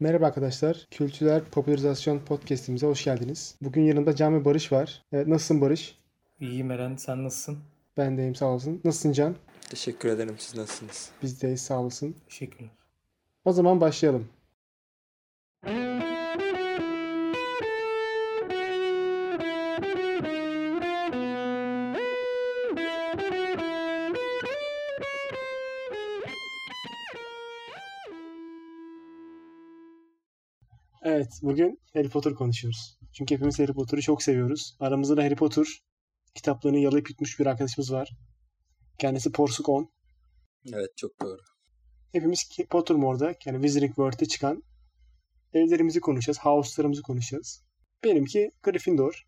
Merhaba arkadaşlar. Kültürel Popülerizasyon Podcast'imize hoş geldiniz. Bugün yanımda Can ve Barış var. Evet nasılsın Barış? İyiyim Eren sen nasılsın? Ben deyim sağ olasın. Nasılsın Can? Teşekkür ederim. Siz nasılsınız? Biz deyiz sağ olasın. Teşekkürler. O zaman başlayalım. Evet, bugün Harry Potter konuşuyoruz. Çünkü hepimiz Harry Potter'ı çok seviyoruz. Aramızda da Harry Potter kitaplarını yalayıp yutmuş bir arkadaşımız var. Kendisi Porsuk On. Evet çok doğru. Hepimiz ki- Pottermore'da yani Wizarding World'de çıkan evlerimizi konuşacağız. House'larımızı konuşacağız. Benimki Gryffindor.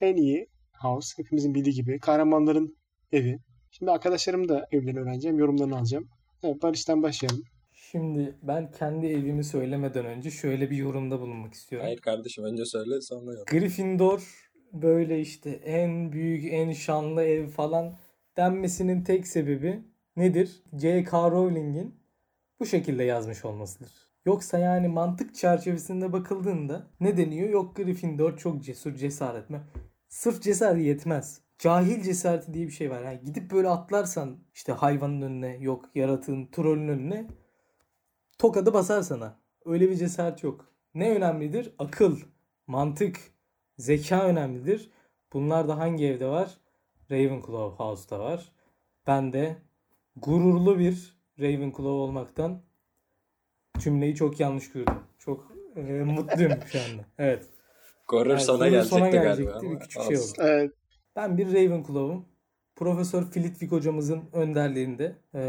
En iyi house. Hepimizin bildiği gibi. Kahramanların evi. Şimdi arkadaşlarım da evlerini öğreneceğim. Yorumlarını alacağım. Evet, Barış'tan başlayalım. Şimdi ben kendi evimi söylemeden önce şöyle bir yorumda bulunmak istiyorum. Hayır kardeşim önce söyle sonra yok. Gryffindor böyle işte en büyük, en şanlı ev falan denmesinin tek sebebi nedir? J.K. Rowling'in bu şekilde yazmış olmasıdır. Yoksa yani mantık çerçevesinde bakıldığında ne deniyor? Yok Gryffindor çok cesur, cesaret mi? Sırf cesaret yetmez. Cahil cesareti diye bir şey var. Yani gidip böyle atlarsan işte hayvanın önüne, yok yaratığın, trollün önüne tokadı basar sana. Öyle bir cesaret yok. Ne önemlidir? Akıl, mantık, zeka önemlidir. Bunlar da hangi evde var? Ravenclaw House'da var. Ben de gururlu bir Ravenclaw olmaktan cümleyi çok yanlış kurdum. Çok e, mutluyum şu anda. Evet. Gorur Evet, sana Gorur gelecekti sona galiba. gelecekti, ama bir küçük şey olsun. oldu. Evet, Ben bir Ravenclaw'um. Profesör Flitwick hocamızın önderliğinde e,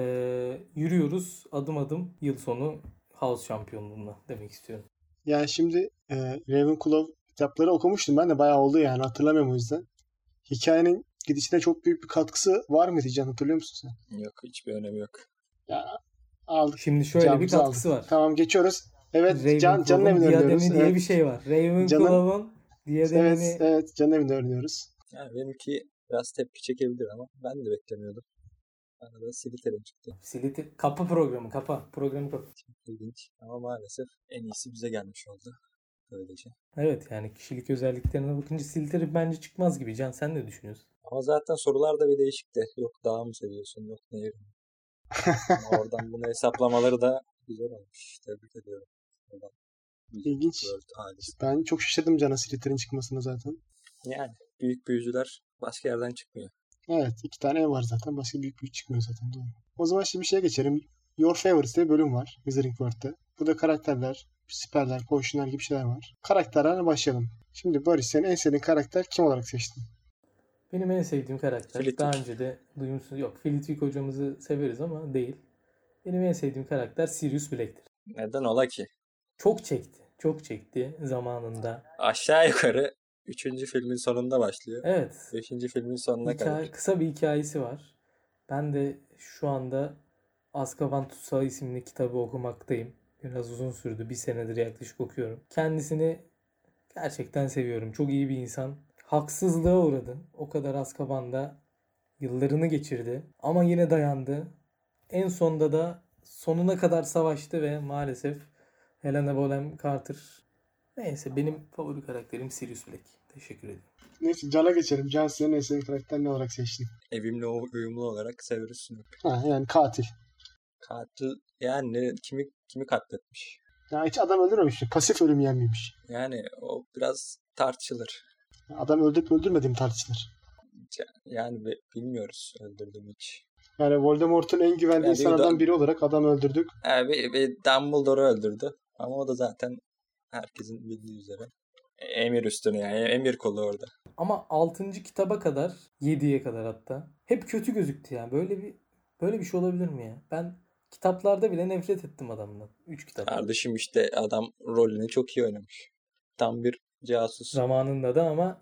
yürüyoruz adım adım yıl sonu House şampiyonluğuna demek istiyorum. yani şimdi e, Ravenclaw kitapları okumuştum ben de bayağı oldu yani hatırlamıyorum o yüzden. Hikayenin gidişine çok büyük bir katkısı var mıydı Can hatırlıyor musun sen? Yok hiçbir önemi yok. Aldık. Şimdi şöyle bir canımızı katkısı var. Tamam geçiyoruz. Evet Can, Can'ın Ravenclaw'un evine diyademi dönüyoruz. diye Evet. bir şey var. Ravenclaw'un diyademini Evet, evet Can'ın evinde öğreniyoruz. Yani benimki biraz tepki çekebilir ama ben de beklemiyordum. Bana da Slytherin çıktı. Siliti kapı programı kapa programı kapa. İlginç ama maalesef en iyisi bize gelmiş oldu. şey. Böylece. Evet yani kişilik özelliklerine bakınca Slytherin bence çıkmaz gibi. Can sen ne düşünüyorsun? Ama zaten sorular da bir değişikti. Yok dağ mı seviyorsun yok nehir mi? Ama oradan bunu hesaplamaları da güzel olmuş. Tebrik ediyorum. Oradan bir İlginç. World ailesi. Ben çok şaşırdım Can'a Slytherin çıkmasına zaten. Yani büyük büyücüler başka yerden çıkmıyor. Evet iki tane ev var zaten. Başka büyük büyük çıkmıyor zaten. Doğru. O zaman şimdi bir şeye geçelim. Your Favorites diye bir bölüm var Wizarding World'de. Burada karakterler, siperler, potionlar gibi şeyler var. Karakterlerle başlayalım. Şimdi Barış senin en sevdiğin karakter kim olarak seçtin? Benim en sevdiğim karakter. Flitwick. Daha önce de duymuşsunuz. Yok Flitwick hocamızı severiz ama değil. Benim en sevdiğim karakter Sirius Black'tir. Neden ola ki? Çok çekti. Çok çekti zamanında. Aşağı yukarı 3. filmin sonunda başlıyor. Evet. 5. filmin sonuna Hikaye, kadar. kısa bir hikayesi var. Ben de şu anda Azkaban Tutsağı isimli kitabı okumaktayım. Biraz uzun sürdü. Bir senedir yaklaşık okuyorum. Kendisini gerçekten seviyorum. Çok iyi bir insan. Haksızlığa uğradı. O kadar Azkaban'da yıllarını geçirdi. Ama yine dayandı. En sonda da sonuna kadar savaştı ve maalesef Helena Bonham Carter. Neyse benim favori karakterim Sirius Black. Teşekkür ederim. Neyse Can'a geçelim. Can senin en sevdiğin karakter ne olarak seçtin? Evimle o- uyumlu olarak Severus Snape. Ha, yani katil. Katil yani kimi kimi katletmiş. Ya hiç adam öldürmemiş. Pasif ölüm yenmemiş. Yani o biraz tartışılır. Adam öldürüp öldürmediğim tartışılır. Yani bi- bilmiyoruz öldürdüm hiç. Yani Voldemort'un en güvendiği Yani insanlardan adam- biri olarak adam öldürdük. Yani bir, bir Dumbledore'u öldürdü. Ama o da zaten herkesin bildiği üzere. E- Emir üstüne yani. Emir kolu orada. Ama 6. kitaba kadar 7'ye kadar hatta hep kötü gözüktü yani. Böyle bir böyle bir şey olabilir mi ya? Ben kitaplarda bile nefret ettim adamdan. 3 kitap. Kardeşim işte adam rolünü çok iyi oynamış. Tam bir casus. Zamanında da ama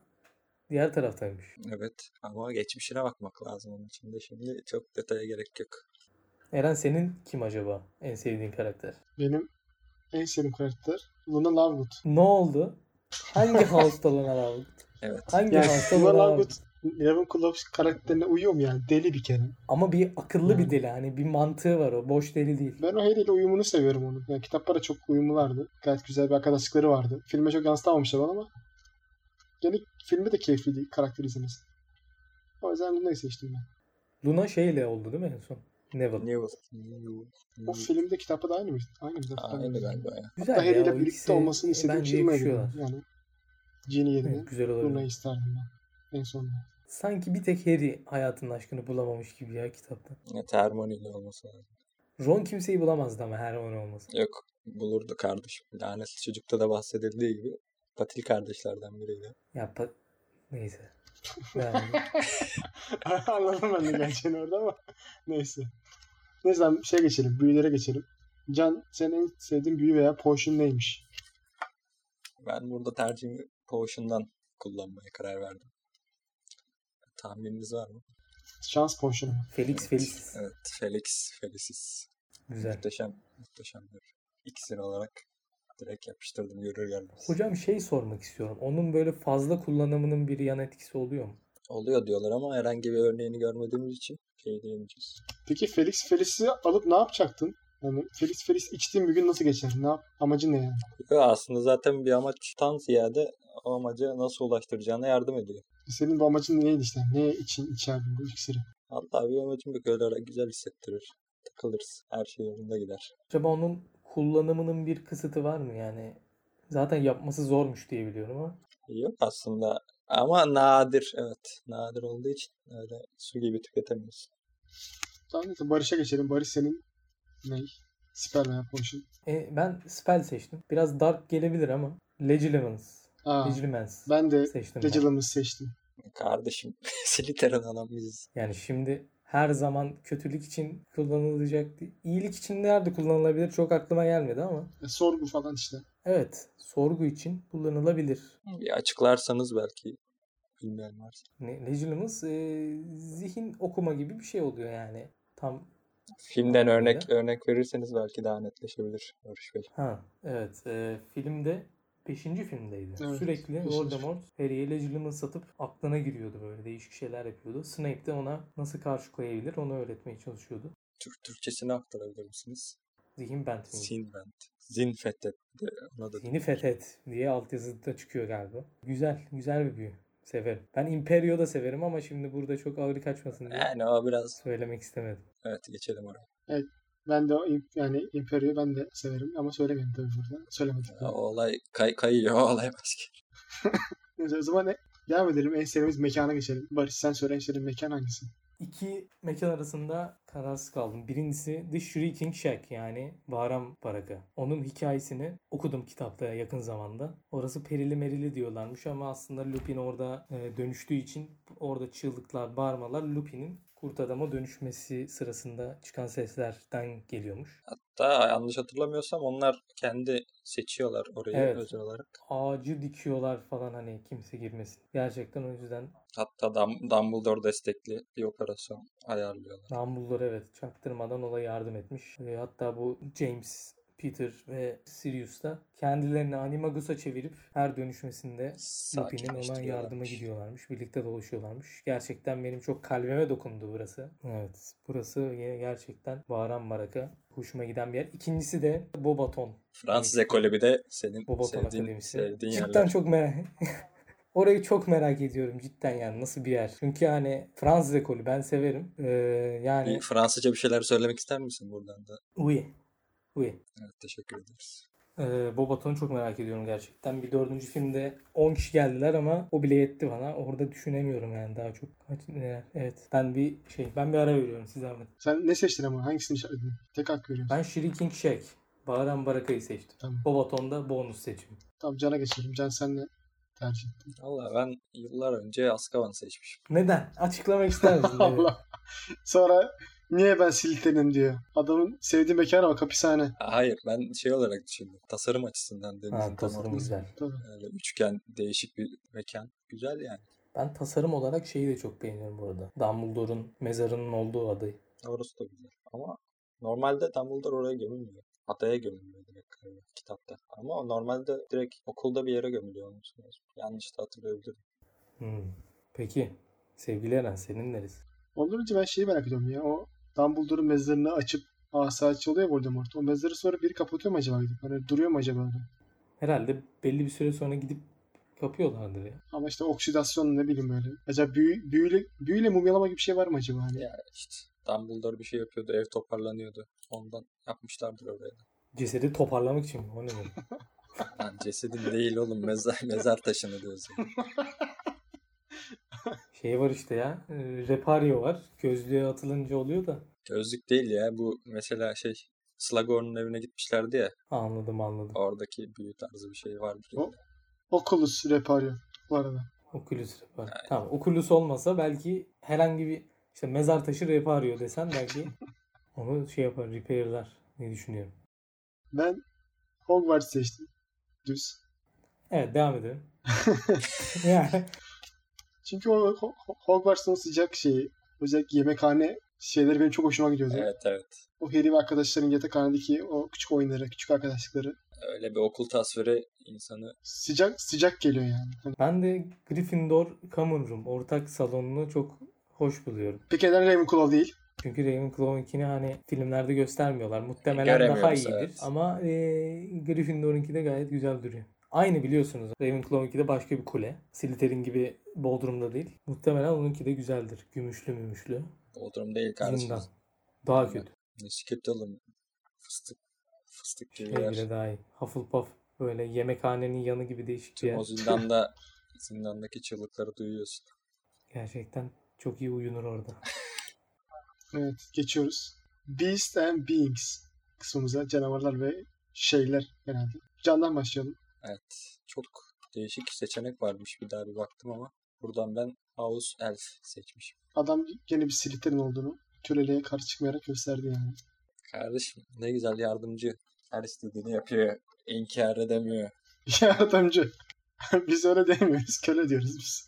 diğer taraftaymış. Evet ama geçmişine bakmak lazım onun için de şimdi çok detaya gerek yok. Eren senin kim acaba en sevdiğin karakter? Benim en sevdiğim karakter Luna Lovegood. Ne oldu? Hangi house'ta lan Aravut? Evet. Hangi Yani house'ta Luna lan Lovegood Aravut? Ravenclaw karakterine uyuyor mu yani? Deli bir kere. Ama bir akıllı bir deli hani bir mantığı var o. Boş deli değil. Ben o Harry ile uyumunu seviyorum onu. Yani kitaplara çok uyumlulardı. Gayet güzel bir arkadaşlıkları vardı. Filme çok yansıtamamışlar bana ama yani filmde de keyifliydi karakter izlemesi. O yüzden bunu da seçtim ben. Luna şeyle oldu değil mi en son? Neville. Newell. Newell. O filmde kitapta da aynı mıydı? Aynı mıydı? Aynı galiba ya. Güzel Hatta Harry ya, ile o birlikte ikisi olmasını istediğim bence şey mi? yakışıyorlar. Yani Ginny yerine Evet, güzel Luna'yı olabilir. isterdim ben. En sonunda. Sanki bir tek Harry hayatının aşkını bulamamış gibi ya kitapta. Evet, Hermione'li olması lazım. Ron kimseyi bulamazdı ama her on olmasın. Yok bulurdu kardeşim. Lanet çocukta da bahsedildiği gibi Patil kardeşlerden biriydi. Ya pa- neyse. Devam edelim. Anladım ben de geleceğini orada ama neyse. Neyse ben şey geçelim. Büyülere geçelim. Can senin en sevdiğin büyü veya potion neymiş? Ben burada tercihimi Potion'dan kullanmaya karar verdim. Tahmininiz var mı? Şans potionu. Felix Felix. Evet, Felix, Felicis. Güzel. Muhteşem, muhteşem bir iksir olarak direkt yapıştırdım görür görmez. Hocam şey sormak istiyorum. Onun böyle fazla kullanımının bir yan etkisi oluyor mu? Oluyor diyorlar ama herhangi bir örneğini görmediğimiz için şey diyemeyeceğiz. Peki Felix Felis'i alıp ne yapacaktın? Yani Felix Felis içtiğin bir gün nasıl geçer? Ne yap? Amacın ne yani? Yo, aslında zaten bir amaçtan ziyade o amaca nasıl ulaştıracağına yardım ediyor. Senin bu amacın neydi işte? Ne için içerdin bu iksiri? Hatta bir amacım yok öyle ara- güzel hissettirir. Takılırız. Her şey yolunda gider. Acaba onun kullanımının bir kısıtı var mı yani? Zaten yapması zormuş diye biliyorum ama. Yok aslında ama nadir evet. Nadir olduğu için öyle su gibi tüketemiyoruz. Tamam neyse Barış'a geçelim. Barış senin ne? Siper veya potion. E, ben spell seçtim. Biraz dark gelebilir ama. Legilimens. Aa, Legilimens ben de seçtim. ben. Legilim'i seçtim. E, Kardeşim Slytherin adam biziz. Yani şimdi her zaman kötülük için kullanılacak değil. İyilik için nerede kullanılabilir çok aklıma gelmedi ama. E, sorgu falan işte. Evet sorgu için kullanılabilir. Bir açıklarsanız belki bilmeyen varsa. Ne, Legilimens e, zihin okuma gibi bir şey oluyor yani. Tam Filmden örnek Öyle. örnek verirseniz belki daha netleşebilir. Barış Bey. Ha evet e, filmde 5. filmdeydi. Evet, Sürekli beşinci. Voldemort Harry'e Legilim'i satıp aklına giriyordu böyle değişik şeyler yapıyordu. Snape de ona nasıl karşı koyabilir onu öğretmeye çalışıyordu. Türk Türkçesini aktarabilir misiniz? Zihin Bentley. Sinvent. Zinfettet. de Ona da Yeni fethet diye altyazıda da çıkıyor galiba. Güzel, güzel bir büyü. Severim. Ben Imperio da severim ama şimdi burada çok ağır kaçmasın diye yani o biraz söylemek istemedim. evet geçelim oraya. Ben de o im- yani Imperio'yu ben de severim ama söylemeyeyim tabii burada. Söylemedik. O olay kay kayıyor o olay başka. Neyse o zaman ne? devam edelim. En sevdiğimiz mekana geçelim. Barış sen söyle en sevdiğin mekan hangisi? İki mekan arasında kararsız kaldım. Birincisi The Shrieking Shack yani Bağıran Baraka. Onun hikayesini okudum kitapta yakın zamanda. Orası perili merili diyorlarmış ama aslında Lupin orada e, dönüştüğü için orada çığlıklar, bağırmalar Lupin'in kurt adama dönüşmesi sırasında çıkan seslerden geliyormuş. Hatta yanlış hatırlamıyorsam onlar kendi seçiyorlar orayı Evet. özel olarak. Ağacı dikiyorlar falan hani kimse girmesin. Gerçekten o yüzden Hatta Dum- Dumbledore destekli bir operasyon ayarlıyorlar. Dumbledore evet çaktırmadan ona yardım etmiş. E, hatta bu James, Peter ve Sirius da kendilerini Animagus'a çevirip her dönüşmesinde Lupin'in ona Sakinleştiriyorlar. yardıma gidiyorlarmış. Birlikte dolaşıyorlarmış. Gerçekten benim çok kalbime dokundu burası. Evet. Burası yine gerçekten bağıran baraka. Hoşuma giden bir yer. İkincisi de Bobaton. Fransız ekolü bir de senin Bobaton sevdiğin, Akademisi. sevdiğin Cidden yerler. çok merak Orayı çok merak ediyorum cidden yani nasıl bir yer. Çünkü hani Fransız ekolü ben severim. Ee, yani Bir Fransızca bir şeyler söylemek ister misin buradan da? Oui. Oui. Evet teşekkür ederiz. Ee, Bobaton'u çok merak ediyorum gerçekten. Bir dördüncü filmde 10 kişi geldiler ama o bile yetti bana. Orada düşünemiyorum yani daha çok. Kaç- neler- Evet. Ben bir şey, ben bir ara veriyorum size Ahmet. Sen ne seçtin ama hangisini seçtin? Tek hak veriyorum. Ben Shrieking Shack, Bağıran Baraka'yı seçtim. Tamam. Bobaton'da bonus seçim. Tamam Can'a geçelim. Can sen ne tercih ettin? Valla ben yıllar önce Azkaban seçmişim. Neden? Açıklamak ister misin? beni? Allah. Sonra niye ben Slytherin'im diyor. Adamın sevdiği mekan bak hapishane. Hayır ben şey olarak düşündüm. Tasarım açısından demiştim. Ha, tasarım güzel. Öyle üçgen değişik bir mekan. Güzel yani. Ben tasarım olarak şeyi de çok beğeniyorum bu arada. Dumbledore'un mezarının olduğu adayı. Orası da güzel. Ama normalde Dumbledore oraya gömülmüyor. Adaya gömülüyor direkt galiba kitapta. Ama o normalde direkt okulda bir yere gömülüyor olması lazım. Yanlış da hatırlayabilirim. Hmm. Peki. Sevgili Eren senin neresi? Ondan önce ben şeyi merak ediyorum ya. O Dumbledore'un mezarını açıp asa çalıyor Voldemort. O mezarı sonra biri kapatıyor mu acaba? gidip? Hani duruyor mu acaba? orada? Herhalde belli bir süre sonra gidip kapıyorlardır ya. Ama işte oksidasyon ne bileyim böyle. Acaba büyü, büyüyle, büyüyle mumyalama gibi bir şey var mı acaba? Hani? Ya işte Dumbledore bir şey yapıyordu. Ev toparlanıyordu. Ondan yapmışlardır oraya. da. Cesedi toparlamak için mi? O ne bu? Lan cesedim değil oğlum. Mezar, mezar taşını diyoruz. ya. Şey var işte ya. e, Repario var. Gözlüğe atılınca oluyor da. Gözlük değil ya. Bu mesela şey Slughorn'un evine gitmişlerdi ya. Anladım anladım. Oradaki büyü tarzı bir şey vardır. O- Oculus Repario bu arada. Oculus Repario. Tamam Oculus olmasa belki herhangi bir işte mezar taşı Repario desen belki onu şey yapar repairler diye düşünüyorum. Ben Hogwarts seçtim. Düz. Evet devam edelim. yani, Çünkü o Ho- Ho- Hogwarts'ın o sıcak şeyi, özellikle yemekhane şeyleri benim çok hoşuma gidiyordu. Evet evet. O Harry ve arkadaşların yatakhanedeki o küçük oyunları, küçük arkadaşlıkları Öyle bir okul tasviri insanı sıcak sıcak geliyor yani. Hani ben de Gryffindor Common Room ortak salonunu çok hoş buluyorum. Peki neden Ravenclaw değil? Çünkü Ravenclaw'unkini hani filmlerde göstermiyorlar. Muhtemelen Göremiyoruz, daha iyidir. evet. Ama e, Gryffindor'unki de gayet güzel duruyor. Aynı biliyorsunuz. Ravenclaw'unki de başka bir kule. Slytherin gibi Bodrum'da değil. Muhtemelen onunki de güzeldir. Gümüşlü mümüşlü. Bodrum değil kardeşim. Zindan. Daha Zindan. kötü. Bisiklet oğlum. Fıstık. Fıstık gibi Şey yer. bile daha iyi. Hufflepuff böyle yemekhanenin yanı gibi değişik bir Tüm o yer. zindanda zindandaki çığlıkları duyuyorsun. Gerçekten çok iyi uyunur orada. Evet geçiyoruz. Beast and Beings kısmımıza canavarlar ve şeyler genelde. Candan başlayalım. Evet. Çok değişik seçenek varmış bir daha bir baktım ama buradan ben House Elf seçmişim. Adam gene bir Slytherin olduğunu Tülele'ye karşı çıkmayarak gösterdi yani. Kardeşim ne güzel yardımcı. Her istediğini yapıyor. İnkar edemiyor. Yardımcı. biz öyle demiyoruz. Köle diyoruz biz.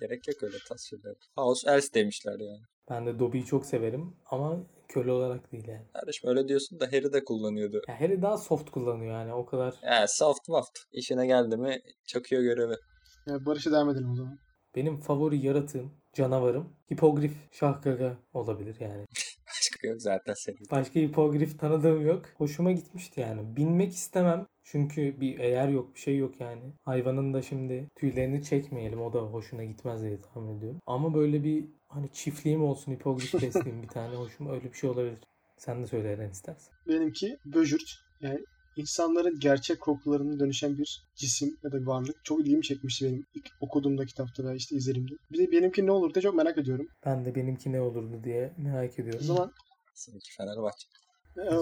Gerek yok öyle tasvirler. House Elf demişler yani. Ben de Dobby'yi çok severim ama köle olarak değil yani. Kardeşim öyle diyorsun da Harry de kullanıyordu. Ya Harry daha soft kullanıyor yani o kadar Ya soft muft. İşine geldi mi çakıyor görevi. Yani E, Barış'a devam edelim o zaman. Benim favori yaratığım, canavarım hipogrif şahgaga olabilir yani. Başka yok zaten senin. Başka hipogrif tanıdığım yok. Hoşuma gitmişti yani. Binmek istemem. Çünkü bir eğer yok bir şey yok yani. Hayvanın da şimdi tüylerini çekmeyelim. O da hoşuna gitmez diye tahmin ediyorum. Ama böyle bir hani çiftliğim olsun hipogrif besleyeyim bir tane. Hoşuma öyle bir şey olabilir. Sen de söyle Eren istersen. Benimki böcürt. Yani insanların gerçek kokularına dönüşen bir cisim ya da varlık. Çok ilgimi çekmişti benim ilk okuduğumda kitapta ve işte izlediğimde. Bir de benimki ne olur diye çok merak ediyorum. Ben de benimki ne olurdu diye merak ediyorum. O zaman e, Seninki Fenerbahçe.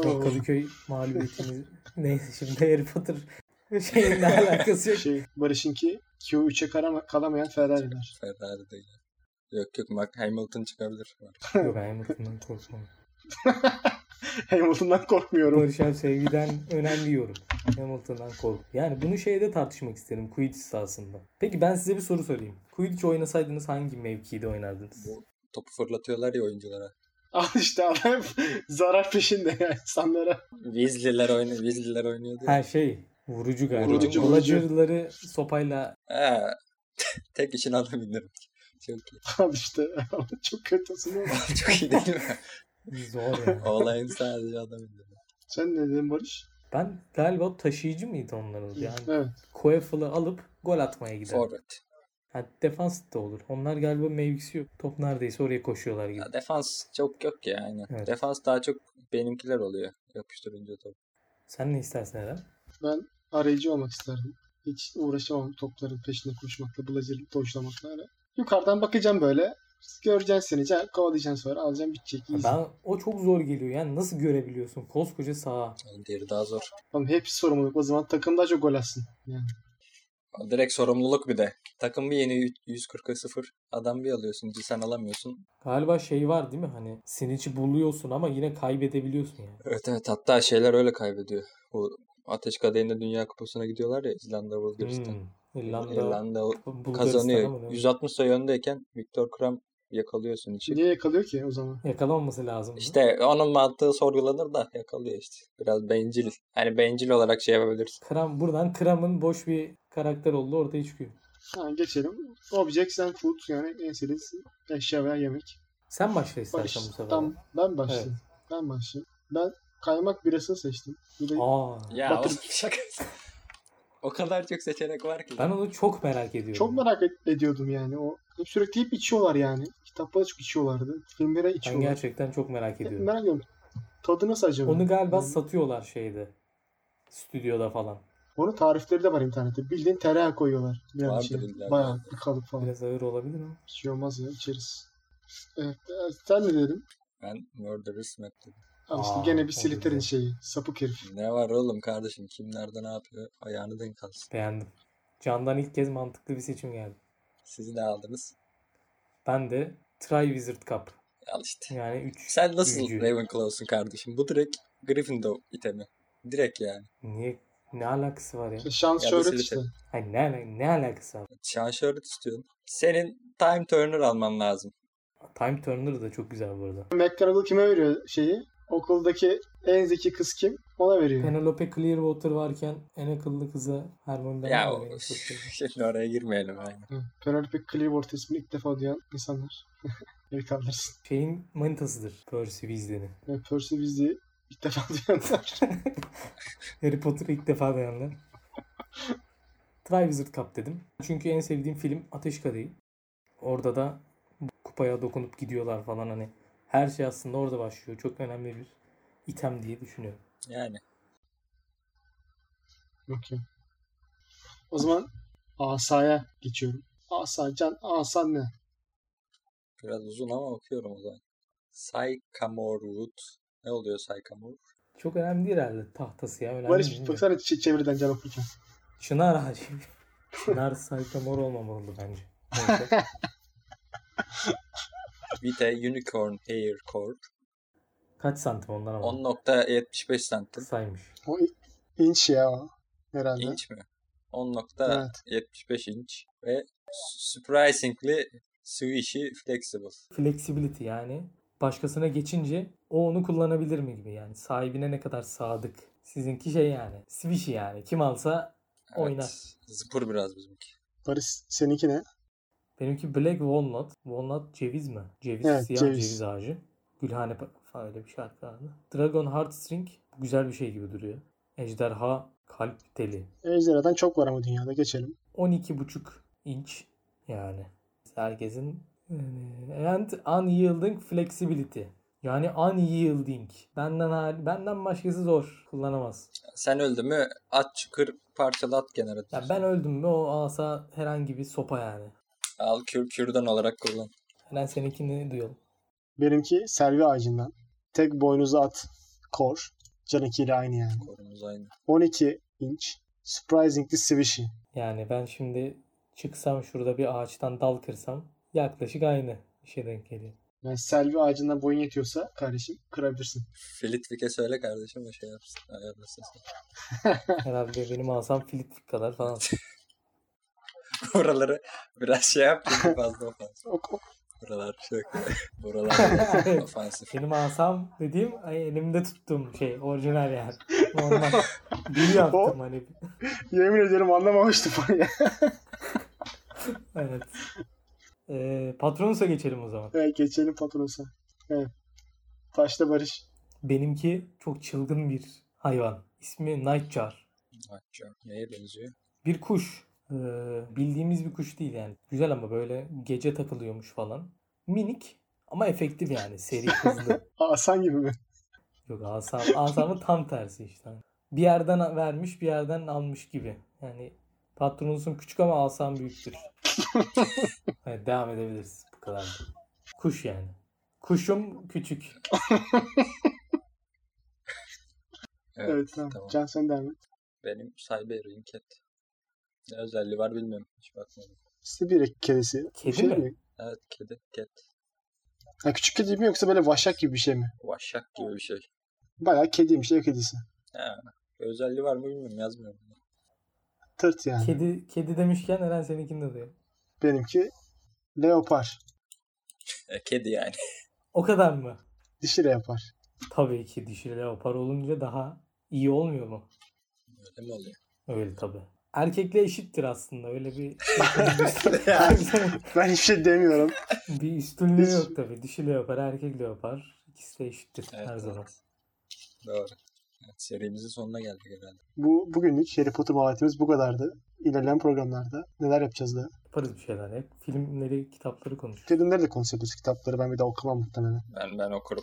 Son Kadıköy mağlubiyetimiz. Neyse şimdi Harry Potter şeyin ne alakası yok. şey, Barış'ınki Q3'e karama- kalamayan Ferrari'ler. Ferrari değil. Yok yok bak Hamilton çıkabilir. Yok ben Hamilton'dan korkmam. Hamilton'dan korkmuyorum. Barış abi sevgiden önemli yorum. Hamilton'dan kork. Yani bunu şeyde tartışmak isterim. Quidditch sahasında. Peki ben size bir soru sorayım. Quidditch oynasaydınız hangi mevkide oynardınız? Bu- Topu fırlatıyorlar ya oyunculara. Al işte adam zarar peşinde yani insanlara. Weasley'ler oynuyor, Weasley'ler oynuyordu. ya. Her şey vurucu galiba. Vurucu, Vurucu, vurucu. sopayla Ha. Tek işin adı bildirim. Çok iyi. Al işte çok kötüsün oğlum. Çok iyi değil mi? zor ya. Olayın sadece adı bildirim. Sen ne dedin Barış? Ben galiba taşıyıcı mıydı onların? Yani Evet. Koefal'ı alıp gol atmaya gider. Forvet. Ha, defans da olur. Onlar galiba mevkisi yok. Top neredeyse oraya koşuyorlar gibi. Ya defans çok yok ya aynen. Evet. Defans daha çok benimkiler oluyor. Yapıştırınca top. Sen ne istersen Eren? Ben arayıcı olmak isterdim. Hiç uğraşamam topların peşinde koşmakla, bulacırı dojlamakla. öyle. Yukarıdan bakacağım böyle. Göreceksin seni. can- Kovalayacaksın sonra. Alacaksın bitecek. Ya iyisin. Ben o çok zor geliyor. Yani nasıl görebiliyorsun koskoca saha? Yani diğeri daha zor. Oğlum hepsi sorumluluk. O zaman takım daha çok gol atsın. Yani. Direkt sorumluluk bir de. Takım bir yeni 140'a 0. Adam bir alıyorsun. Sen alamıyorsun. Galiba şey var değil mi? Hani Sinic'i buluyorsun ama yine kaybedebiliyorsun yani. Evet. Evet evet hatta şeyler öyle kaybediyor. Bu Ateş Kadehi'nde Dünya Kupası'na gidiyorlar ya İzlanda Bulgaristan. Hmm. İrlanda, İrlanda o- Bulgaristan'a mı kazanıyor. ne? 160 sayı öndeyken Viktor Kram yakalıyorsun içi. Niye yakalıyor ki o zaman? Yakalanması lazım. İşte onun mantığı sorgulanır da yakalıyor işte. Biraz bencil. Hani bencil olarak şey yapabilirsin. Kram, buradan Kram'ın boş bir karakter olduğu ortaya çıkıyor. Ha, geçelim. Objects and food yani en sevdiğiniz eşya veya yemek. Sen başla istersen bu Baş- sefer. tam, ben başlayayım. Ben başlayayım. Ben kaymak birasını seçtim. Bir de Aa, Ya Batır- oğlum şakası. o kadar çok seçenek var ki. ben onu çok merak ediyorum. çok merak et- ediyordum yani. O hep sürekli hep içiyorlar yani. Kitaplara çok içiyorlardı. Filmlere Ben içiyorlar. gerçekten çok merak Hep ediyorum. merak ediyorum. Tadı nasıl acaba? Onu galiba Yani satıyorlar şeyde. Stüdyoda falan. Onun tarifleri de var internette. Bildiğin tereyağı koyuyorlar. Biraz Vardır şey. illa. Bayağı bir kalıp falan. Biraz ağır olabilir ama. Bir şey olmaz ya içeriz. Evet, e, sen ne dedin? Ben Murderous Mac dedim. Al işte Aa, gene bir o Slytherin dedi. şeyi. Sapık herif. Ne var oğlum kardeşim kim nerede ne yapıyor ayağını denk alsın. Beğendim. Candan ilk kez mantıklı bir seçim geldi. Siz ne aldınız? Ben de Try Wizard Cup. Al işte. Yani 3. Sen nasıl Büyücü. Ravenclaw'sun kardeşim? Bu direkt Gryffindor itemi. Direkt yani. Niye? Ne alakası var ya? İşte şans Ya bu şöhret işte. Slytherin. Hayır, ne, ala- ne alakası var? Şan şöhret istiyorum. Senin Time Turner alman lazım. Time Turner da çok güzel bu arada. McGonagall kime veriyor şeyi? Okuldaki en zeki kız kim? Ona veriyor. Penelope Clearwater varken en akıllı kıza Hermione'den ya almayı o- çok seviyorum. şimdi oraya girmeyelim aynen. Hı. Penelope Clearwater ismini ilk defa duyan insanlar. El kaldırsın. Şeyin manitasıdır Percy Weasley'nin. Ve Percy Weasley'i ilk defa duyanlar. Harry Potter'ı ilk defa dayanlar. Try Wizard Cup dedim. Çünkü en sevdiğim film Ateş Kadehi. Orada da kupaya dokunup gidiyorlar falan hani. Her şey aslında orada başlıyor. Çok önemli bir item diye düşünüyorum. Yani Okey. O zaman Asa'ya geçiyorum. Asa, Can, Asa ne? biraz uzun ama okuyorum o zaman. Sycamore Wood. Ne oluyor Sycamore? Çok önemli değil herhalde tahtası ya. Önemli değil Barış mi? baksana ç- çeviriden Can okurken. Çınar ağacı. Çınar Sycamore olmamalı bence. Neyse. Bir de Unicorn Hair Core. Kaç santim ondan ama? 10.75 santim. Kısaymış. O i- inç ya o. Herhalde. İnç mi? Evet. 10.75 inç ve surprisingly swishy flexible. Flexibility yani başkasına geçince o onu kullanabilir mi gibi yani sahibine ne kadar sadık. Sizinki şey yani swishy yani kim alsa Evet. Oynar. Zıpır biraz bizimki. Barış seninki ne? benimki black walnut. Walnut ceviz mi? Ceviz Evet, siyah ceviz. ceviz, ağacı. Gülhane pa- falan öyle bir şarkı vardı. Dragon Heartstring güzel bir şey gibi duruyor. Ejderha kalp teli. Ejderhadan çok var ama dünyada geçelim. 12,5 inç yani. Herkesin eee, and unyielding flexibility. Yani unyielding. Benden hal- benden başkası zor kullanamaz. Sen öldün mü at çukur parçalı at kenara. Ya ben öldüm mü o asa herhangi bir sopa yani. Al kür kürdan olarak kullan. Helen seninkini duyalım. Benimki Selvi ağacından. Tek boynuzlu at. Kor. Canınkiyle aynı yani. Korumuz aynı. 12 inç. Surprisingly swishy. Yani ben şimdi çıksam şurada bir ağaçtan dal kırsam yaklaşık aynı işe denk geliyor. Yani Selvi ağacından boyun yetiyorsa kardeşim kırabilirsin. Flitwick'e söyle kardeşim o şey yapsın. Ayarlasın. seni. Herhalde benim asam Flitwick kadar falan. Buraları biraz şey yap. çünkü fazla ofansif. O, o- Buralar çok. Buralar biraz ofansif. Benim asam dediğim ay, elimde tuttuğum şey orijinal yani. Normal. Büyü yaptım hani. yemin ediyorum anlamamıştım onu ya. Evet. Ee, Patronus'a geçelim o zaman. evet, geçelim patronusa. Evet. Taşla Barış. Benimki çok çılgın bir hayvan. İsmi Nightjar. Bak, çok- Neye benziyor? Bir kuş. Ee, bildiğimiz bir kuş değil yani. Güzel ama böyle gece takılıyormuş falan. Minik ama efektif yani. Seri hızlı. Asan gibi mi? Yok asam, asamın tam tersi işte. Bir yerden a- vermiş bir yerden almış gibi. Yani patronusun küçük ama asam büyüktür. evet, devam edebiliriz bu kadar. Kuş yani. Kuşum küçük. Evet, tamam. Can sen devam et. Benim Siberian Cat. Ne özelliği var bilmiyorum. Hiç bakmadım. Sibirya kedisi. Bir Kedi şey mi? Evet kedi, cat. Ha, küçük kedi mi yoksa böyle vaşak gibi bir şey mi? Vaşak gibi bir şey. Bayağı kediymiş ev kedisi. Özelliği var mı bilmiyorum yazmıyorum. Tırt yani. Kedi kedi demişken Eren seninkinde de. yok. Benimki leopar. E, kedi yani. O kadar mı? Dişi leopar. Tabii ki dişi leopar olunca daha iyi olmuyor mu? Öyle mi oluyor? Öyle tabii. erkekle eşittir aslında. Öyle bir şey Ben hiçbir şey demiyorum. bir üstünlüğü Hiç- yok tabii. Dişi leopar, erkek leopar. İkisi de eşittir Evet, her evet. zaman. Doğru. Evet, serimizin sonuna geldik herhalde. Bu bugünlük Harry Potter muhabbetimiz bu kadardı. İlerleyen programlarda neler yapacağız da. Yaparız bir şeyler hep. Filmleri, kitapları konuşuruz. Filmleri de konuşuyoruz kitapları. Ben bir daha okumam muhtemelen. Ben ben okurum.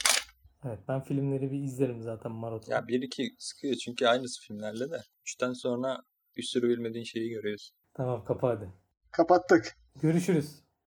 Evet ben filmleri bir izlerim zaten maraton. Ya bir iki sıkıyor çünkü aynısı filmlerle de. Üçten sonra bir sürü bilmediğin şeyi görüyorsun. Tamam kapa hadi. Kapattık. Görüşürüz.